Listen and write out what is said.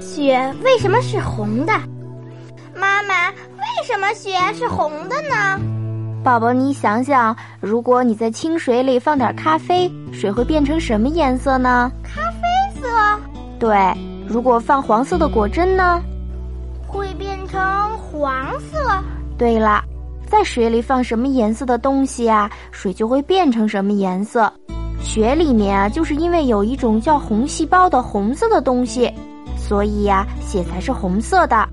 雪为什么是红的？妈妈，为什么雪是红的呢？宝宝，你想想，如果你在清水里放点咖啡，水会变成什么颜色呢？咖啡色。对，如果放黄色的果珍呢？会变成黄色。对了，在水里放什么颜色的东西啊，水就会变成什么颜色。血里面啊，就是因为有一种叫红细胞的红色的东西，所以呀、啊，血才是红色的。